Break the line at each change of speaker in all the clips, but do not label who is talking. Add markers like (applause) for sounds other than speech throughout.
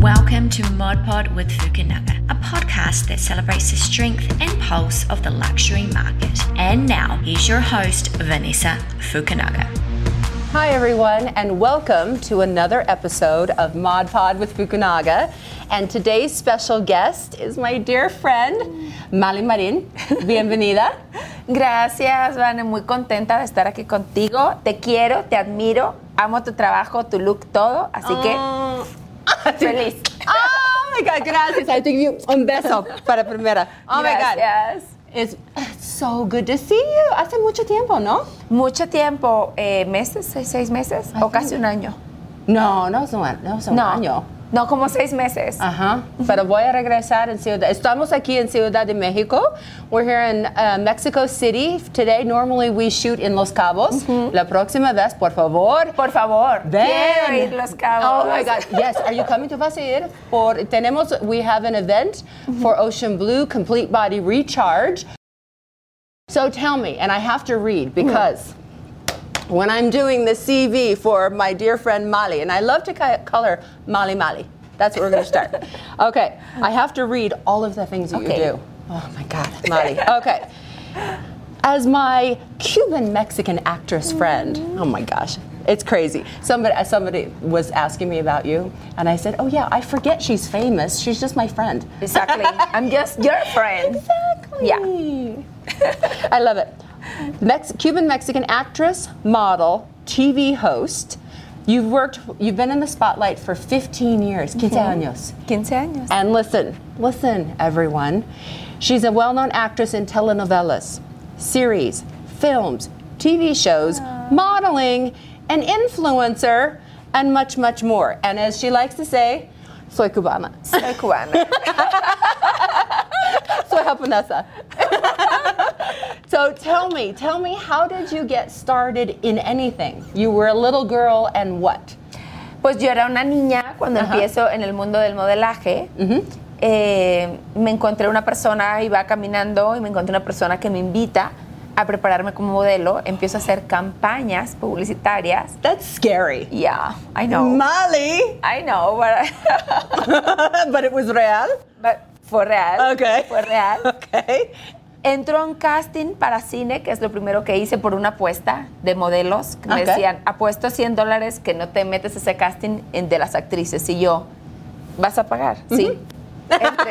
welcome to Mod Pod with Fukunaga, a podcast that celebrates the strength and pulse of the luxury market. And now, here's your host, Vanessa Fukunaga.
Hi, everyone, and welcome to another episode of Mod Pod with Fukunaga. And today's special guest is my dear friend, Malin Marin. (laughs) Bienvenida.
Gracias, Vane. Muy contenta de estar aquí contigo. Te quiero, te admiro. Amo tu trabajo, tu look, todo. Así
(laughs)
que, feliz.
Oh my God, gracias. I have to give you un beso para primera. Oh my God.
Gracias.
It's so good to see you. Hace mucho tiempo, ¿no?
Mucho tiempo, eh, meses, seis, seis meses, o casi un año.
No, no es un, an- no es un
No,
año. Ah.
no, como seis meses.
Ajá. Pero voy a regresar en Ciudad. Estamos aquí en Ciudad de México. We're here in uh, Mexico City today. Normally we shoot in Los Cabos. La próxima vez, por favor.
Por favor,
Ven.
quiero ir los cabos.
Oh my God. Yes. Are you coming to vas a ir? Por, tenemos, we have an event for
Mm-hmm.
Ocean Blue Complete Body Recharge. So tell me, and I have to read
Mm-hmm.
because when I'm doing the CV for my dear friend Mali, and I love to ca- call her Mali Mali. That's where we're going to
(laughs)
start. okay, I have to read all of the things that
Okay.
you do. Oh my God,
(laughs)
Mali. Okay. As my Cuban Mexican actress friend, oh my gosh, it's crazy. Somebody, uh, somebody was asking me about you, and I said, "Oh yeah, I forget she's famous. She's just my friend." (laughs)
Exactly. I'm just your friend.
Exactly.
Yeah.
(laughs) I love it. Mex- Cuban Mexican actress, model, TV host. You've worked. You've been in the spotlight for 15 years. 15
Mm-hmm.
años.
15 años.
And listen, listen, everyone. She's a well known actress in telenovelas, series, films, TV shows, modeling, an influencer, and much, much more. And as she likes to say, soy cubana. (laughs)
Soy cubana.
Soy japonesa. (laughs) so tell me, tell me, how did you get started in anything? You were a little girl and what?
Pues yo era una niña cuando empiezo en el mundo del modelaje. eh, me encontré una persona, iba caminando y me encontré una persona que me invita a prepararme como modelo. Empiezo a hacer campañas publicitarias.
That's scary.
Yeah, I know.
Molly, (laughs)
I know, but, (laughs)
but it was real.
but fue real.
Okay.
Fue real.
(laughs) Okay.
Entró a un casting para cine, que es lo primero que hice por una apuesta de modelos. que Me
Ok.
decían, apuesto 100 dólares que no te metes a ese casting en- de las actrices. Y yo, ¿vas a pagar? Sí. Entré.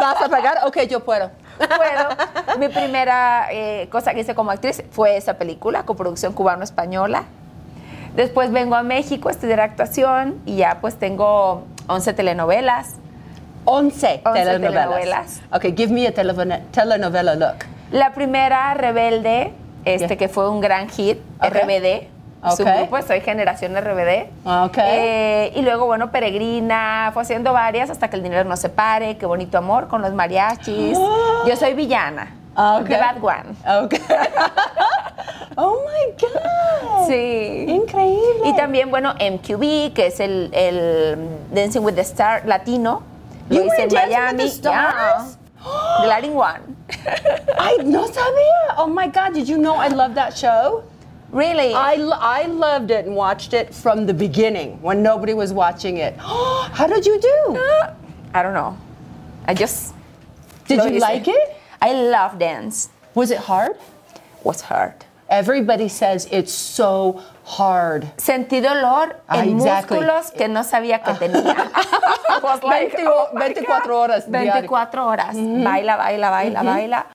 ¿Vas a pagar? Ok, yo puedo.
Bueno, mi primera eh, cosa que hice como actriz fue esa película, coproducción cubano-española. Después vengo a México a estudiar actuación y ya pues tengo 11 telenovelas.
11 telenovelas.
telenovelas.
Okay, give me a televene- telenovela look.
La primera, Rebelde, este
Yeah.
que fue un gran hit,
Ok.
RBD. Su
Ok.
grupo, soy generación RBD.
Ok.
Eh, y luego, bueno, Peregrina, fue haciendo varias hasta que el dinero no se pare, qué bonito amor con
(gasps)
los mariachis.
Ah.
Yo soy villana.
Ok. (laughs)
The Bad One.
Okay. oh my God.
Sí.
Increíble.
Y también, bueno, MQB, que es el, el Dancing with the Star latino. Lo
You
hice
were
en
Dancing with
Miami.
the Stars?
Yeah. The Latin One.
(gasps) I no sabía. Oh my God, did you know I love that show?
Really?
I, lo- I loved it and watched it from the beginning when nobody was watching it. (gasps) How did you do?
I don't know. I just.
Did
lo
you
hice.
like it?
I love dance.
Was it hard?
Was hard.
Everybody says it's so hard.
Sentí dolor
Ah,
en
exactly.
músculos que no sabía
(laughs)
que tenía. (laughs) Was like,
20
oh my
24
God.
horas diario.
24 horas. Baila, baila, baila, baila.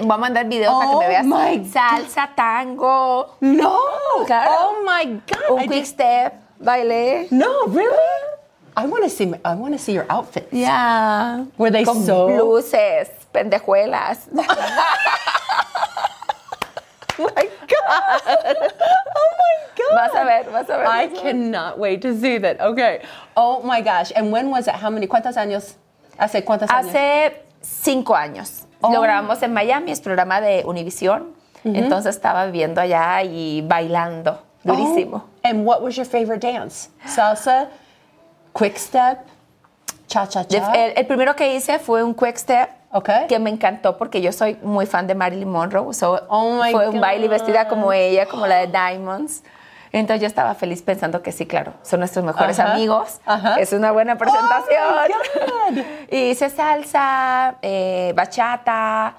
Voy a mandar videos para que
Oh
me veas.
my God.
Salsa, tango.
No.
Claro.
Oh my God.
Un
I
quick
did-
step, bailé.
no, really? I want to see. my- I want to see your outfits.
Ya.
Were they
Con
so?
luces,
(laughs)
pendejuelas. Oh
my God. oh my God.
Vas a ver, vas a ver.
I
vas a ver.
cannot wait to see that. Okay. Oh my gosh. And when was it? How many? ¿Cuántos años? Hace cuántos años?
Hace cinco años.
Oh.
Lo grabamos en Miami, es programa de Univisión. Entonces estaba viviendo allá y bailando durísimo.
Oh, and what was your favorite dance? Salsa, quick step, cha cha
De-
cha.
El, el primero que hice fue un quick step.
Okay.
Que me encantó porque yo soy muy fan de Marilyn Monroe. so
Oh my
fue un
God.
baile vestida como ella, como la de Diamonds. Entonces yo estaba feliz pensando que sí, claro, son nuestros mejores
Ajá,
amigos,
ajá. Oh
es una buena presentación.
my God.
(laughs) y hice salsa, eh, bachata,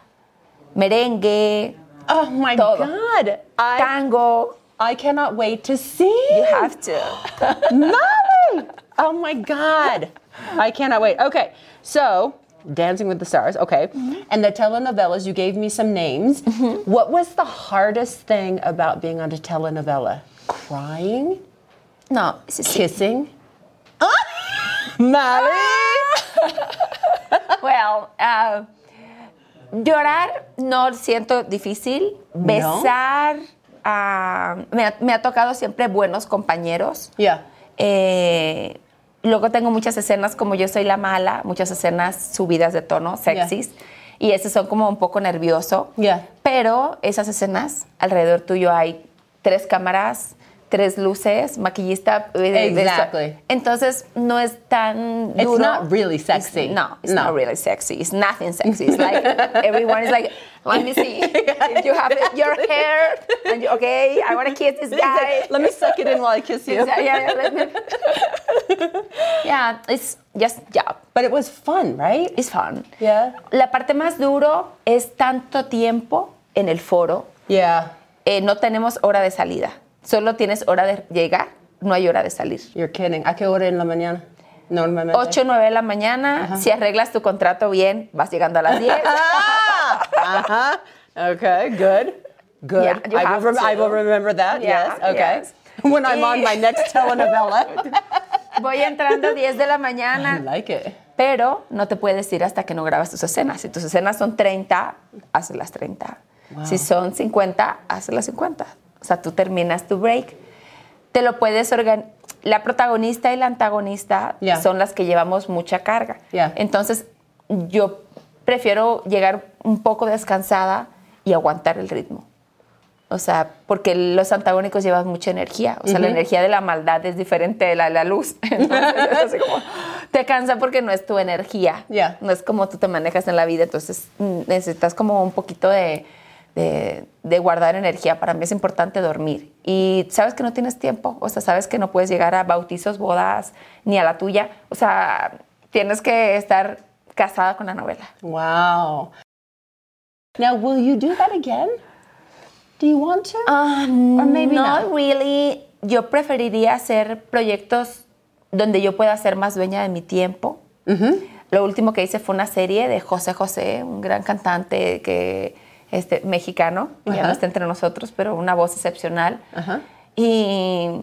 merengue,
Oh my
Todo.
God. I,
tango.
I cannot wait to see.
You have to.
Mommy! Oh my God. I cannot wait. Okay, so Dancing with the Stars, okay.
Mm-hmm.
And the telenovelas, you gave me some names. What was the hardest thing about being on a telenovela? Crying?
(laughs) No, sí, sí.
Kissing? (laughs) Mary!
(laughs) Well, ah, llorar no siento difícil. Besar, ah, me, ha, me ha tocado siempre buenos compañeros.
Yeah.
Eh, luego tengo muchas escenas como yo soy la mala, muchas escenas subidas de tono, sexys. Y esas son como un poco nervioso.
Yeah.
Pero esas escenas, alrededor tuyo hay tres cámaras, tres luces, maquillista. eh, de- de eso.
Exactly.
Entonces no es tan
It's
duro.
not really
It's-
sexy.
no, it's
No.
not really sexy. It's nothing sexy. It's like everyone is like, let
(laughs)
me see. You have your hair. And you, okay, I want to
(laughs)
kiss this guy.
Let me suck it in while I kiss you.
(laughs) Yeah, yeah, yeah, let
(laughs)
me- Yeah, it's just job.
But it was fun, right?
It's fun.
Yeah.
La parte más duro es tanto tiempo en el foro.
Yeah.
Eh, no tenemos hora de salida. Solo tienes hora de llegar, no hay hora de salir.
You're kidding. ¿A qué hora en la mañana? Normalmente.
8 9 de la mañana, si arreglas tu contrato bien, vas llegando a las 10.
(laughs) Ah! Uh-huh. Okay, good. Good.
Yeah, you
I,
have
will rem- I
to.
will remember that.
Yeah,
yes. Okay.
yes.
(laughs) When I'm on my
(laughs)
next telenovela.
(laughs) Voy entrando 10 de la mañana.
I like it.
Pero no te puedes ir hasta que no grabas tus escenas. Si tus escenas son 30, haz las 30. Si son 50, haz las 50. O sea, tú terminas tu break. Te lo puedes organizar. La protagonista y la antagonista
Yeah.
son las que llevamos mucha carga.
Yeah.
Entonces, yo prefiero llegar un poco descansada y aguantar el ritmo. O sea, porque los antagónicos llevan mucha energía. O sea, la energía de la maldad es diferente de la de la luz. (laughs) Entonces, es así como, te cansa porque no es tu energía.
Ya.
No es como tú te manejas en la vida. Entonces, mm, necesitas como un poquito de, de- de guardar energía. Para mí es importante dormir. Y sabes que no tienes tiempo. O sea, sabes que no puedes llegar a bautizos, bodas, ni a la tuya. O sea, tienes que estar casada con la novela.
Wow. Now, will you do that again? Do you want to?
Um,
Or maybe
not
not.
really. Yo preferiría hacer proyectos donde yo pueda ser más dueña de mi tiempo. Lo último que hice fue una serie de José José, un gran cantante que, este, mexicano, que ya
Ajá.
no está entre nosotros, pero una voz excepcional.
Ajá.
Y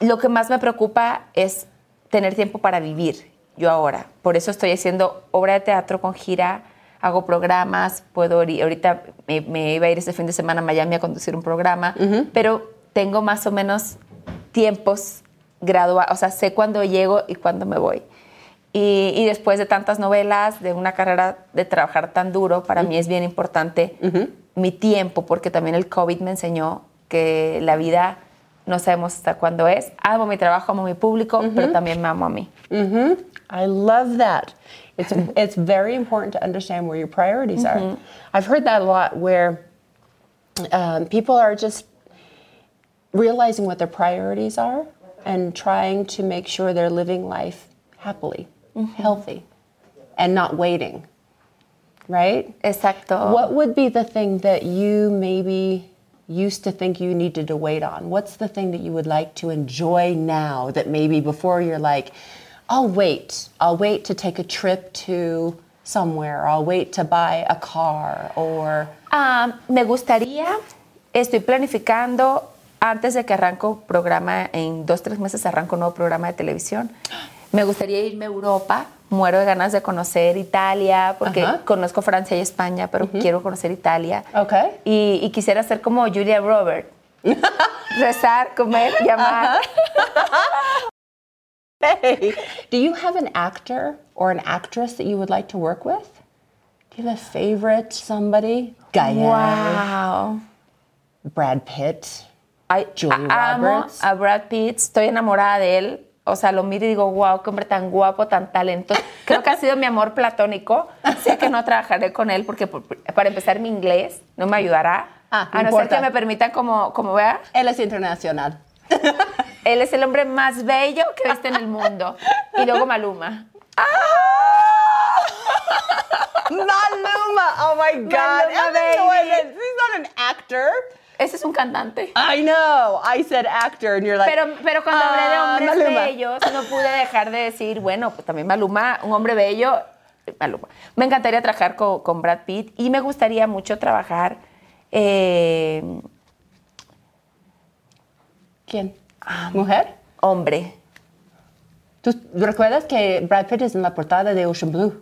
lo que más me preocupa es tener tiempo para vivir yo ahora. Por eso estoy haciendo obra de teatro con gira, hago programas, puedo ahori- ahorita me, me iba a ir este fin de semana a Miami a conducir un programa, pero tengo más o menos tiempos graduados, o sea, sé cuándo llego y cuándo me voy. Y, y después de tantas novelas, de una carrera de trabajar tan duro, para mí es bien importante mi tiempo, porque también el COVID me enseñó que la vida no sabemos hasta cuándo es. Amo mi trabajo, amo mi público, pero también me amo a mí.
I love that. It's, it's very important to understand where your priorities
Mm-hmm.
are. I've heard that a lot where um, people are just realizing what their priorities are and trying to make sure they're living life happily, healthy, and not waiting, right?
Exacto.
What would be the thing that you maybe used to think you needed to wait on? What's the thing that you would like to enjoy now that maybe before you're like, I'll wait. I'll wait to take a trip to somewhere. I'll wait to buy a car or
Ah, me gustaría, estoy planificando, antes de que arranco programa, en dos, tres meses arranco un nuevo programa de televisión. Me gustaría irme a Europa, muero de ganas de conocer Italia, porque
Ajá.
conozco Francia y España, pero quiero conocer Italia.
Ok.
Y, y quisiera ser como
(laughs)
Julia Robert. Rezar, comer, llamar.
Do you have an actor or an actress that you would like to work with? Do you have a favorite somebody? Gaia,
Wow.
Brad Pitt.
Ay,
Julia
a- amo
Roberts.
a Brad Pitt, estoy enamorada de él. O sea, lo miro y digo, wow, qué hombre tan guapo, tan talentoso. Creo que ha sido mi amor platónico. Sé que no trabajaré con él porque, por- para empezar, mi inglés no me ayudará.
Ah, no
a no ser
importa.
que me permitan como, como vea. (laughs)
Él es internacional. Eh,
Él es el hombre más bello que viste en el mundo. Y luego Maluma. Ah!
(laughs) not Luma. Oh my God.
Luma,
Everyone
baby.
is- He's not an actor.
Ese es un cantante.
I know. I said actor, and you're like.
Pero, pero cuando hablé de
"Ah,
hombres
Maluma."
bellos, no pude dejar de decir, bueno, pues también Maluma, un hombre bello, Maluma. Me encantaría trabajar co- con, Brad Pitt y me gustaría mucho trabajar. eh,
¿Quién? Ah, Mujer.
hombre.
¿Tú recuerdas que Brad Pitt es en la portada de Ocean Blue?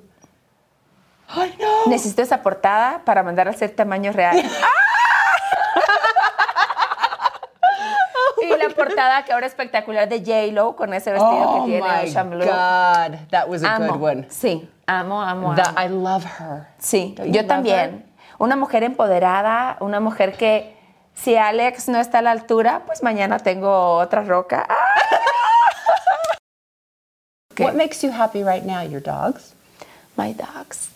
Ay, no.
Necesito esa portada para mandar a hacer tamaño real.
(laughs) ¡Ah!
y la portada que ahora es espectacular de J-Lo con ese vestido
Oh
que tiene
my
Ocean Blue.
God. That was a
Amo.
good one.
Sí, amo, amo,
The-
amo.
I love her.
Sí,
Don't you
yo
love
también. Una mujer empoderada, una mujer que si Alex no está a la altura, pues mañana tengo otra roca. ¡Ah!
her? What makes you happy right now? Your dogs?
My dogs.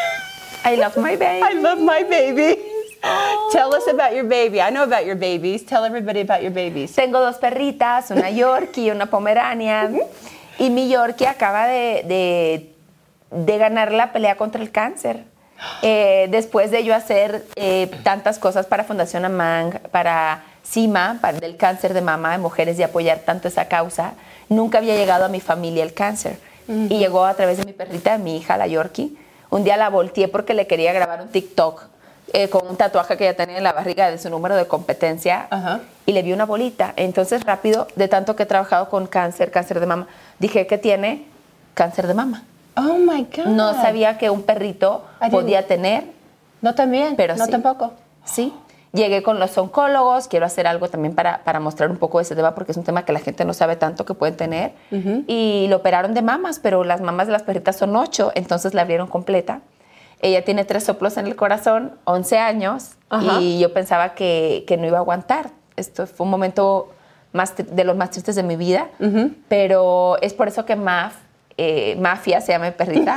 (laughs) I love my baby.
I love my babies.
Oh.
Tell us about your baby. I know about your babies. Tell everybody about your babies.
Tengo dos perritas, una Yorkie y una Pomeranian. Y mi Yorkie acaba de, de- de ganar la pelea contra el cáncer. Eh, después de yo hacer eh, tantas cosas para Fundación Amang, para CIMA, para del cáncer de mama de mujeres y apoyar tanto esa causa, nunca había llegado a mi familia el cáncer. Y llegó a través de mi perrita, de mi hija, la Yorkie. Un día la volteé porque le quería grabar un TikTok eh, con un tatuaje que ella tenía en la barriga de su número de competencia
Ajá.
y le vi una bolita. Entonces, rápido, de tanto que he trabajado con cáncer, cáncer de mama, dije que tiene cáncer de mama.
Oh my God.
No sabía que un perrito
I didn't-
podía tener,
No también.
pero
no
sí.
tampoco.
Sí. Llegué con los oncólogos, quiero hacer algo también para, para mostrar un poco ese tema, porque es un tema que la gente no sabe tanto que pueden tener. Y lo operaron de mamas, pero las mamas de las perritas son ocho, entonces la abrieron completa. Ella tiene tres soplos en el corazón, 11 años,
Ajá.
y yo pensaba que, que no iba a aguantar. Esto fue un momento más tri- de los más tristes de mi vida, pero es por eso que Maf, eh, Mafia se llama mi perrita.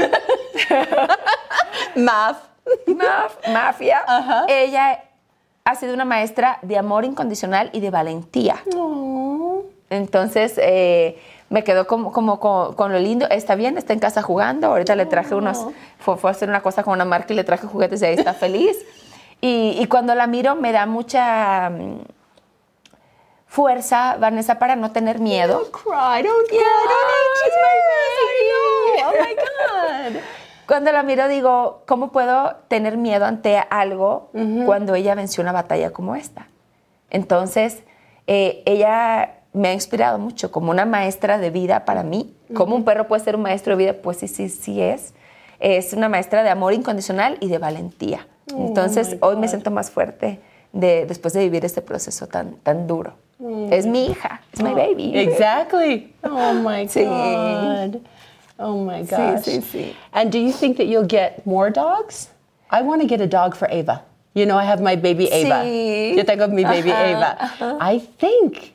Maf.
Maf- mafia.
Ajá.
Ella ha sido una maestra de amor incondicional y de valentía. Entonces, eh, me quedó como, como, como- con lo lindo. Está bien, está en casa jugando. Ahorita le traje unos. Fue, fue a hacer una cosa con una marca y le traje juguetes y ahí está feliz. Y, y cuando la miro, me da mucha mm, fuerza, Vanessa, para no tener miedo.
Don't cry. Don't cry. Don't hate Jesus, I know. Oh my God.
Cuando la miro digo, ¿cómo puedo tener miedo ante algo cuando ella venció una batalla como esta? Entonces, eh, ella me ha inspirado mucho como una maestra de vida para mí. ¿Cómo un perro puede ser un maestro de vida? Pues sí, sí, sí es. Es una maestra de amor incondicional y de valentía. Entonces, hoy me siento más fuerte de, después de vivir este proceso tan, tan duro. Es mi hija, es mi baby.
Exactly. (laughs) Oh my
Sí.
God. Oh my gosh.
sí, sí.
And do you think that you'll get more dogs? I want to get a dog for Ava. You know, I have my baby Ava.
Sí.
You think of me, baby
Ajá,
Ava. I think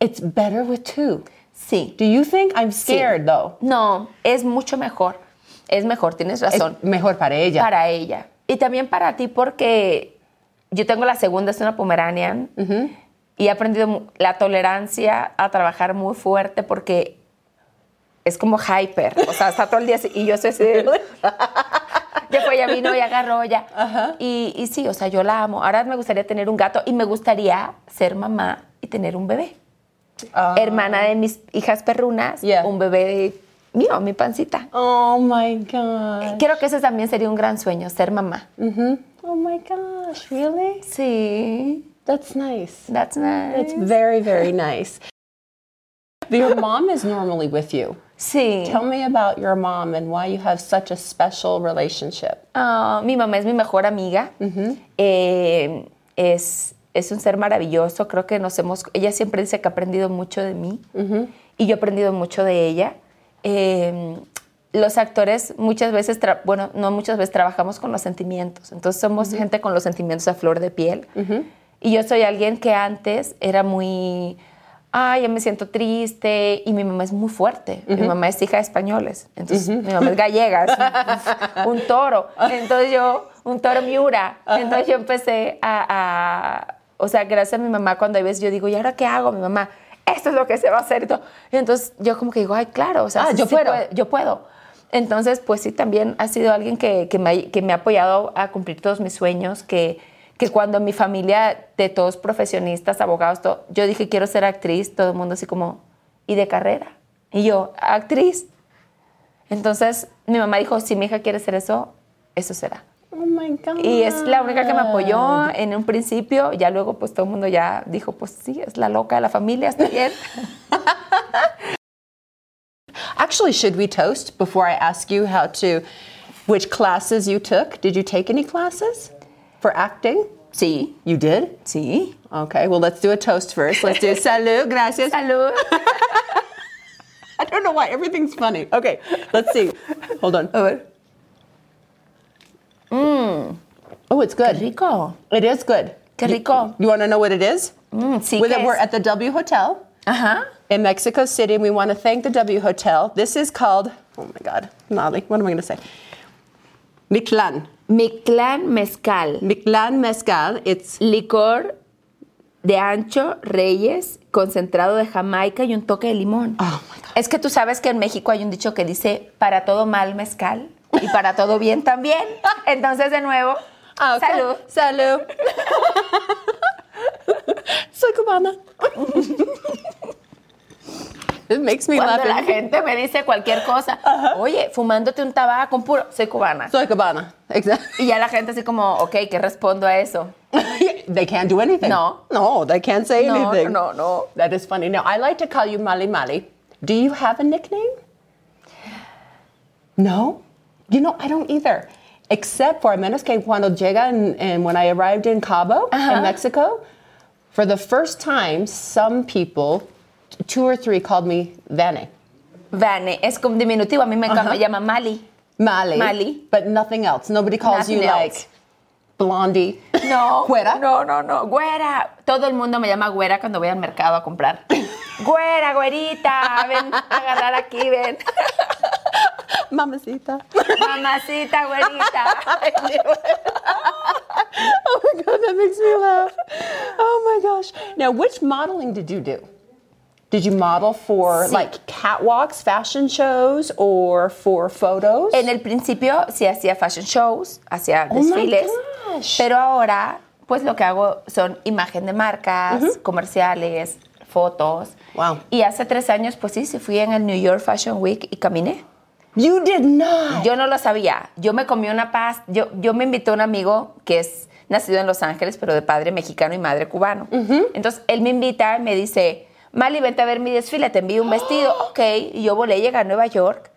it's better with two.
Sí.
Do you think? I'm
Sí.
scared though.
No, es mucho mejor. Es mejor, tienes
Es
razón.
mejor para ella.
Para ella. Y también para ti, porque yo tengo la segunda, es una Pomeranian, y he aprendido mu- la tolerancia a trabajar muy fuerte porque es como hyper. O sea, está todo el día así, y yo soy así. de- ya fue, ya vino, ya agarró, ya. Y, y sí, o sea, yo la amo. Ahora me gustaría tener un gato y me gustaría ser mamá y tener un bebé.
Ah.
Hermana de mis hijas perrunas,
Yeah.
un bebé de- mío, mi pancita.
Oh my God.
Creo que ese también sería un gran sueño, ser mamá.
hmm Oh my gosh, really?
Sí,
That's nice.
that's
That's
nice.
very, very nice. Your mom is normally with you.
Sí.
Tell me about your mom and why you have such a special relationship.
Ah, mi mamá es mi mejor amiga. Eh, es, es un ser maravilloso. Creo que nos hemos. Ella siempre dice que ha aprendido mucho de mí y yo he aprendido mucho de ella. Eh, los actores muchas veces, tra- bueno, no muchas veces trabajamos con los sentimientos. Entonces somos gente con los sentimientos a flor de piel. Y yo soy alguien que antes era muy, ay, yo me siento triste. Y mi mamá es muy fuerte. Mi mamá es hija de españoles. Entonces, mi mamá es gallega, es un, un toro. Entonces yo, un toro miura. Entonces yo empecé a, a- O sea, gracias a mi mamá, cuando hay veces yo digo, ¿y ahora qué hago? Mi mamá, esto es lo que se va a hacer. Y, todo. Y entonces yo como que digo, ay, claro, o sea,
Ah,
sí,
yo
sí
puedo.
yo puedo. Entonces, pues sí, también ha sido alguien que, que me, ha- que me ha apoyado a cumplir todos mis sueños, que, que cuando mi familia de todos profesionistas, abogados, todo, yo dije, quiero ser actriz, todo el mundo así como, ¿y de carrera? Y yo, actriz. Entonces, mi mamá dijo, si mi hija quiere ser eso, eso será.
Oh my God.
Y es la única que me apoyó en un principio. Ya luego, pues todo el mundo ya dijo, pues sí, es la loca de la familia, está bien.
Actually, should we toast before I ask you how to, which classes you took? Did you take any classes for acting?
Sí,
You did?
sí.
Okay, well, let's do a toast first. Let's
(laughs)
do salud, gracias.
(laughs) Salud.
I don't know why, everything's funny. Okay, let's see. Hold on.
A ver.
Oh, it's good.
Rico.
It is good.
Qué rico.
You want to know what it is?
Mm, sí
With
que
it, we're
es.
at the W Hotel
Ajá.
in Mexico City, and we want to thank the W Hotel. This is called, oh my God, Molly, what am I going to say? Mictlan.
Mictlán mezcal.
Mictlan Mezcal. It's
Licor de ancho, reyes, concentrado de Jamaica y un toque de limón.
Oh, my God.
Es que tú sabes que en México hay un dicho que dice, para todo mal mezcal y para todo bien (laughs) también. Entonces, de nuevo,
Ah, okay.
salud.
Salud.
(laughs)
Soy
(laughs)
cubana. it makes me
Cuando
laugh.
la gente me dice cualquier cosa, oye, fumándote un tabaco, un puro, soy cubana.
Soy cubana. Exactly.
(laughs) y ya la gente así como, ok, ¿qué respondo a eso?
they can't do anything.
No.
No, they can't say
No,
anything.
no, no.
That is funny. Now, I like to call you Mali Mali. Do you have a nickname? No? You know, I don't either. Except for a menos que cuando llega and, and when I arrived in Cabo,
Uh-huh.
in Mexico, for the first time, some people, t- two or three, called me Vane.
Vane, es como diminutivo, a mí me, ca- me llama Mali.
Mali.
Mali.
But nothing else. Nobody calls you
Nothing else.
like Blondie.
No.
Güera. (laughs)
No, no, no. Güera. Todo el mundo me llama güera cuando voy al mercado a comprar. Güera, güerita. Ven a agarrar aquí, ven.
Mamacita.
Mamacita, güerita.
I knew it. (laughs) oh my god, that makes me laugh. Oh my gosh. Now, which modeling did you do? Did you model for
Sí.
like catwalks, fashion shows, or for photos?
En el principio sí hacía fashion shows, hacía
Oh my
desfiles.
gosh.
Pero ahora, pues lo que hago son imagen de marcas, comerciales, fotos.
Wow.
Y hace tres años, pues sí, sí fui en el New York Fashion Week y caminé.
you did
(laughs)
not.
Yo no lo sabía. Yo me comí una pasta. Yo, yo me invitó un amigo que es nacido en Los Ángeles, pero de padre mexicano y madre cubano. Entonces, él me invita y me dice, Mali, vente a ver mi desfile, te envío un vestido. ok. Y yo volé, llegué a Nueva York.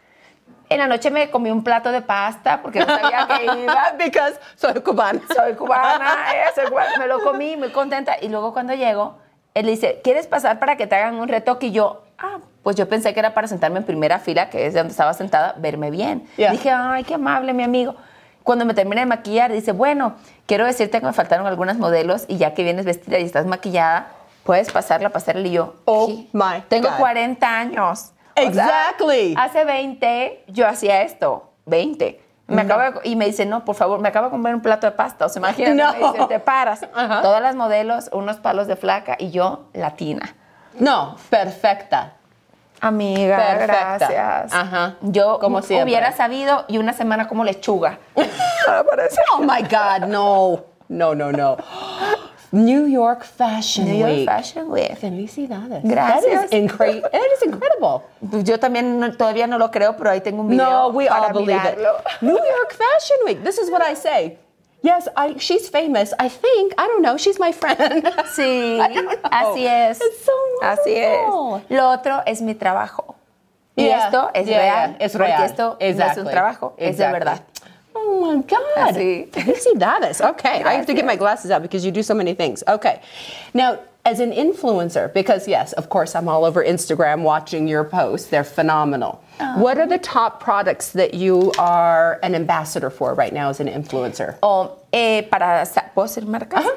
En la noche me comí un plato de pasta porque no sabía que iba
because soy cubana.
(laughs) soy cubana, eh, soy cubana. me lo comí, muy contenta. Y luego cuando llego, él dice, ¿quieres pasar para que te hagan un retoque? Y yo, ah, pues yo pensé que era para sentarme en primera fila, que es donde estaba sentada, verme bien.
Yeah.
Dije, ay, qué amable, mi amigo. Cuando me termina de maquillar, dice, bueno, quiero decirte que me faltaron algunos modelos y ya que vienes vestida y estás maquillada, puedes pasarla, pasarla. Y yo,
Oh
"Sí,
my
Tengo
God.
40 años. O sea,
Exactly.
hace 20 yo hacía esto, 20. Me acabo de- y me dice, no, por favor, me acabo de comer un plato de pasta. O (laughs) sea, imagínate, me
No.
dice, te paras.
Ajá.
Todas las modelos, unos palos de flaca y yo latina.
No, perfecta.
Amiga,
Perfecta.
gracias.
Ajá.
Yo
Como siempre.
hubiera sabido y una semana como (laughs) lechuga.
Oh my god, no. No, no, no. (gasps) New York Fashion
New York
Week.
Fashion Week.
Felicidades. That
Gracias.
is, incre- that is incredible.
Yo también no- todavía no lo creo, pero ahí tengo un video
No, we all
para
believe
(laughs) mirarlo.
it. New York Fashion Week. This is what I say. Yes, I, she's famous. I think. I don't know. She's my friend. (laughs)
Sí,
I don't know.
así es.
It's so
así es.
wonderful.
Lo otro es mi trabajo. Y
Yeah,
esto es
yeah,
real.
yeah, es
porque
real.
esto no es un
Exactly.
trabajo, es de
Exactly.
verdad.
Oh my God.
Así.
Felicidades. Okay, I have to get my glasses out because you do so many things. Okay. Now, as an influencer, because yes, of course, I'm all over Instagram watching your posts, they're phenomenal.
Oh.
What are the top products that you are an ambassador for right now as an influencer?
O eh, para, Sa- ¿puedo decir marcas?
Ajá.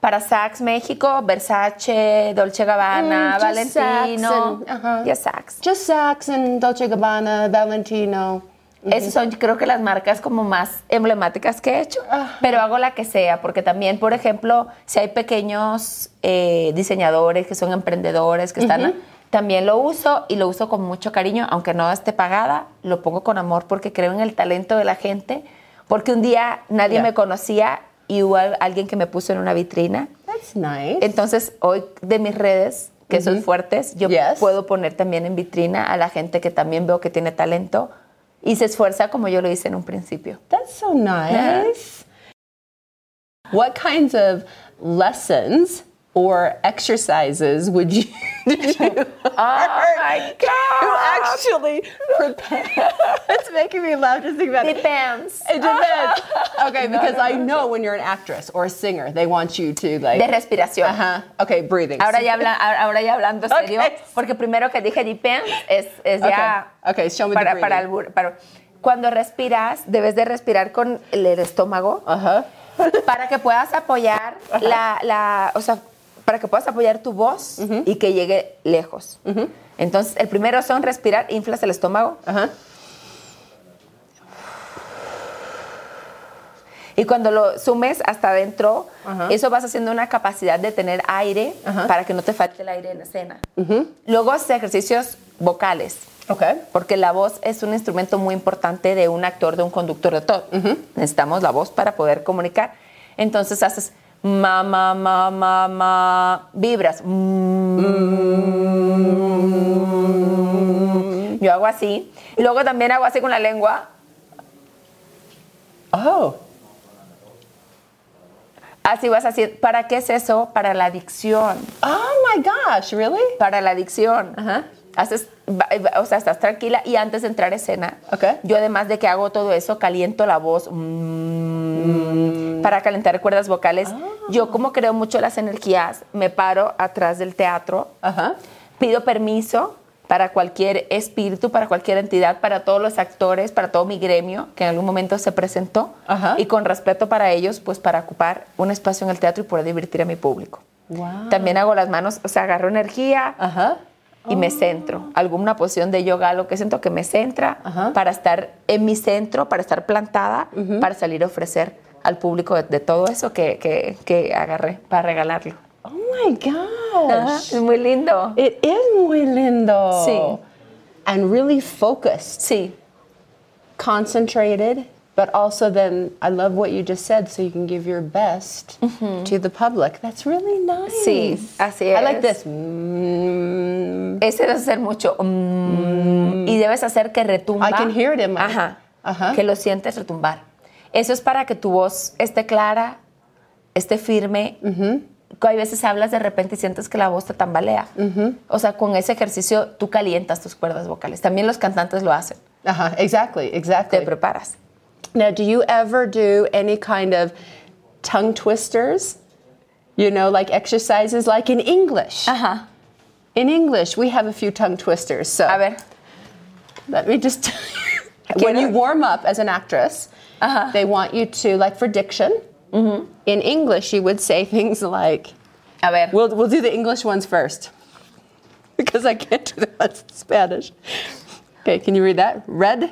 Para Saks México, Versace, Dolce Gabbana,
Mm, just Saks
Valentino.
and- ajá.
Ya Saks.
Just Saks and Dolce Gabbana, Valentino.
Esas son, creo que las marcas como más emblemáticas que he hecho, pero hago la que sea, porque también, por ejemplo, si hay pequeños eh, diseñadores que son emprendedores, que están, también lo uso y lo uso con mucho cariño, aunque no esté pagada, lo pongo con amor porque creo en el talento de la gente, porque un día nadie
Ya.
me conocía y hubo al- alguien que me puso en una vitrina.
That's nice.
Entonces, hoy de mis redes, que son fuertes, yo
Yes.
puedo poner también en vitrina a la gente que también veo que tiene talento y se esfuerza como yo lo hice en un principio.
That's so nice. What kinds of lessons or exercises would you (laughs) did you
my God.
to actually prepare? Uh, (laughs) it's making me laugh just thinking about it.
Depends.
It (laughs) depends. Okay, because I know when you're an actress or a singer, they want you to like.
De respiración.
Uh-huh. Okay, breathing.
Ahora ya, habla- ahora- ahora ya hablando serio,
Ok.
porque primero que dije depends es, es ya
Ok, ok, show me the
para, para,
breathing.
albur- para- Cuando respiras, debes de respirar con el el estómago
Uh-huh.
para que puedas apoyar la, la- o sea, para que puedas apoyar tu voz y que llegue lejos. Entonces, el primero son respirar, inflas el estómago
Uh-huh.
y cuando lo sumes hasta adentro, eso vas haciendo una capacidad de tener aire para que no te falte el aire en la escena. Luego haces ejercicios vocales.
Okay.
Porque la voz es un instrumento muy importante de un actor, de un conductor, de todo. Necesitamos la voz para poder comunicar. Entonces haces ma, ma, ma, ma, ma, vibras. Yo hago así. Y luego también hago así con la lengua.
Oh.
Así vas así. ¿Para qué es eso? Para la adicción.
Oh my gosh, really?
Para la adicción.
Ajá.
Haces, va- va- o sea, estás tranquila y antes de entrar a escena,
Ok.
yo además de que hago todo eso, caliento la voz mm, para calentar cuerdas vocales.
Ah.
Yo como creo mucho en las energías, me paro atrás del teatro,
Uh-huh.
pido permiso para cualquier espíritu, para cualquier entidad, para todos los actores, para todo mi gremio que en algún momento se presentó
Ajá.
y con respeto para ellos, pues para ocupar un espacio en el teatro y poder divertir a mi público.
Wow.
También hago las manos, o sea, agarro energía,
Uh-huh.
y me centro. Alguna posición de yoga, lo que siento que me centra
Ajá.
para estar en mi centro, para estar plantada, para salir a ofrecer al público de, de todo eso que, que- que agarré para regalarlo.
Oh my
Ajá,
gosh.
Es muy lindo.
It is muy lindo.
Sí.
And really focused,
Sí,
concentrated, but also then I love what you just said, so you can give your best to the public. That's really nice.
Mm-hmm. Sí, así
I like
es.
this. Mm.
ese debes hacer mucho. mm, Y debes hacer que retumba.
I can hear it in my- Uh-huh.
Ajá.
Ajá.
Que lo sientes retumbar. Eso es para que tu voz esté clara, esté firme.
Mm-hmm.
Que Hay veces hablas de repente y sientes que la voz te tambalea.
Mm-hmm.
O sea, con ese ejercicio tú calientas tus cuerdas vocales. También los cantantes lo hacen.
Uh-huh. Exactly,
Te
exactly.
preparas.
Now, do you ever do any kind of tongue twisters? You know, like exercises like in English.
Ajá.
In English, we have a few tongue twisters. So
A ver.
Let me just. (laughs) when you warm up as an actress,
Uh-huh.
they want you to, like for diction,
Mm-hmm.
in English, you would say (laughs) things like,
A ver.
we'll, we'll do the English ones first (laughs) because I can't do the ones in Spanish. Okay, can you read that? Red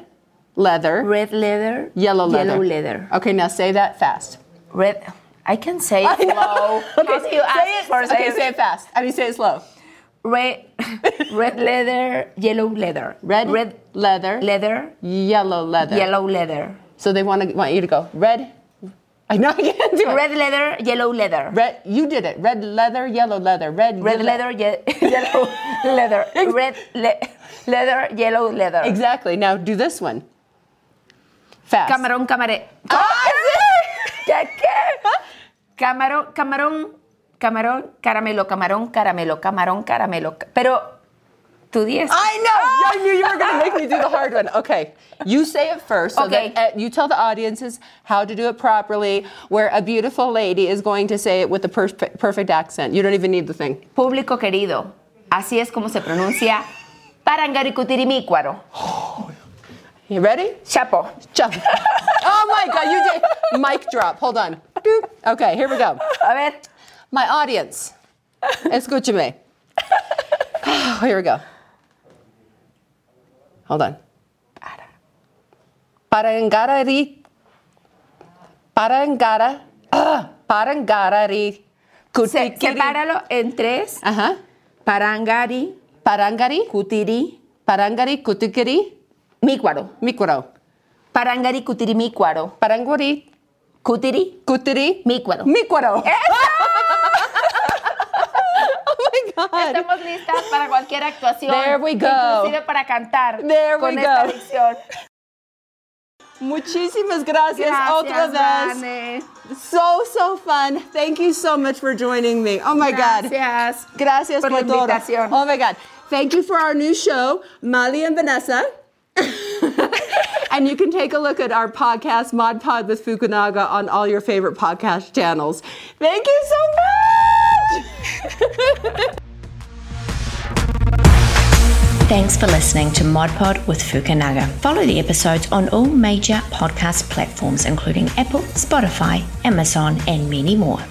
leather,
Red leather.
yellow leather.
Yellow leather.
Okay, now say that
(laughs)
fast.
Red. I can say
(laughs)
it
I know.
slow. (laughs) How do you
say
ask
it-
for
okay,
saying-
say it fast. I mean, say it slow.
Red, (laughs) red leather, yellow leather.
Red,
red
leather,
leather,
yellow leather.
yellow leather.
So they want to want you to go red. I know I can't do it.
Red leather, yellow leather.
Red, you did it. Red leather, yellow leather. Red,
Red
yellow-
leather, ye- (laughs) yellow leather. Red le- leather, yellow leather.
Exactly. Now do this one. Fast.
Camarón, camaré.
Ah,
¿Qué? qué? Camarón, camarón, camarón, caramelo, camarón, caramelo, camarón, caramelo. ca- Pero tú dices.
I
Ah!
know. Yeah, I knew you were going to
(laughs)
make me do the hard one. Okay. You say it first. So
Okay.
That, uh, you tell the audiences how to do it properly, where a beautiful lady is going to say it with the perf- perfect accent. You don't even need the thing.
Público querido, así es como se pronuncia parangaricutirimícuaro.
You ready?
Chapo.
Jump. (laughs) oh my God, you did. Mic drop. Hold on. Doop. Okay, here we go.
A ver.
My audience, escúchame. Ah, Oh, here we go. Hold on.
Para.
Parangari. Parangara. ah, Parangari.
Se,
Kutikiri.
sepáralo en tres.
Ajá.
Parangari,
Parangari.
Kutiri,
Parangari kutikiri.
Mícuaro.
Mikuro.
Parangari, Kutiri, Mícuaro.
Paranguri.
Kutiri,
Kutiri.
Mícuaro.
Mikuro. (laughs) oh my God.
Estamos listas para cualquier actuación.
There we go.
Inclusive para cantar.
There we
con esta
go.
dicción.
Muchísimas gracias, otra vez.
Vane.
So, so fun. Thank you so much for joining me. Oh my God.
Gracias.
Gracias
Por
por,
la
todo.
invitación.
Oh my God. Thank you for our new show, Molly and
(laughs)
Vanessa. and you can take a look at our podcast, Mod Pod with Fukunaga, on all your favorite podcast channels. Thank you so much.
Thanks for listening to ModPod with Fukunaga. Follow the episodes on all major podcast platforms, including Apple, Spotify, Amazon, and many more.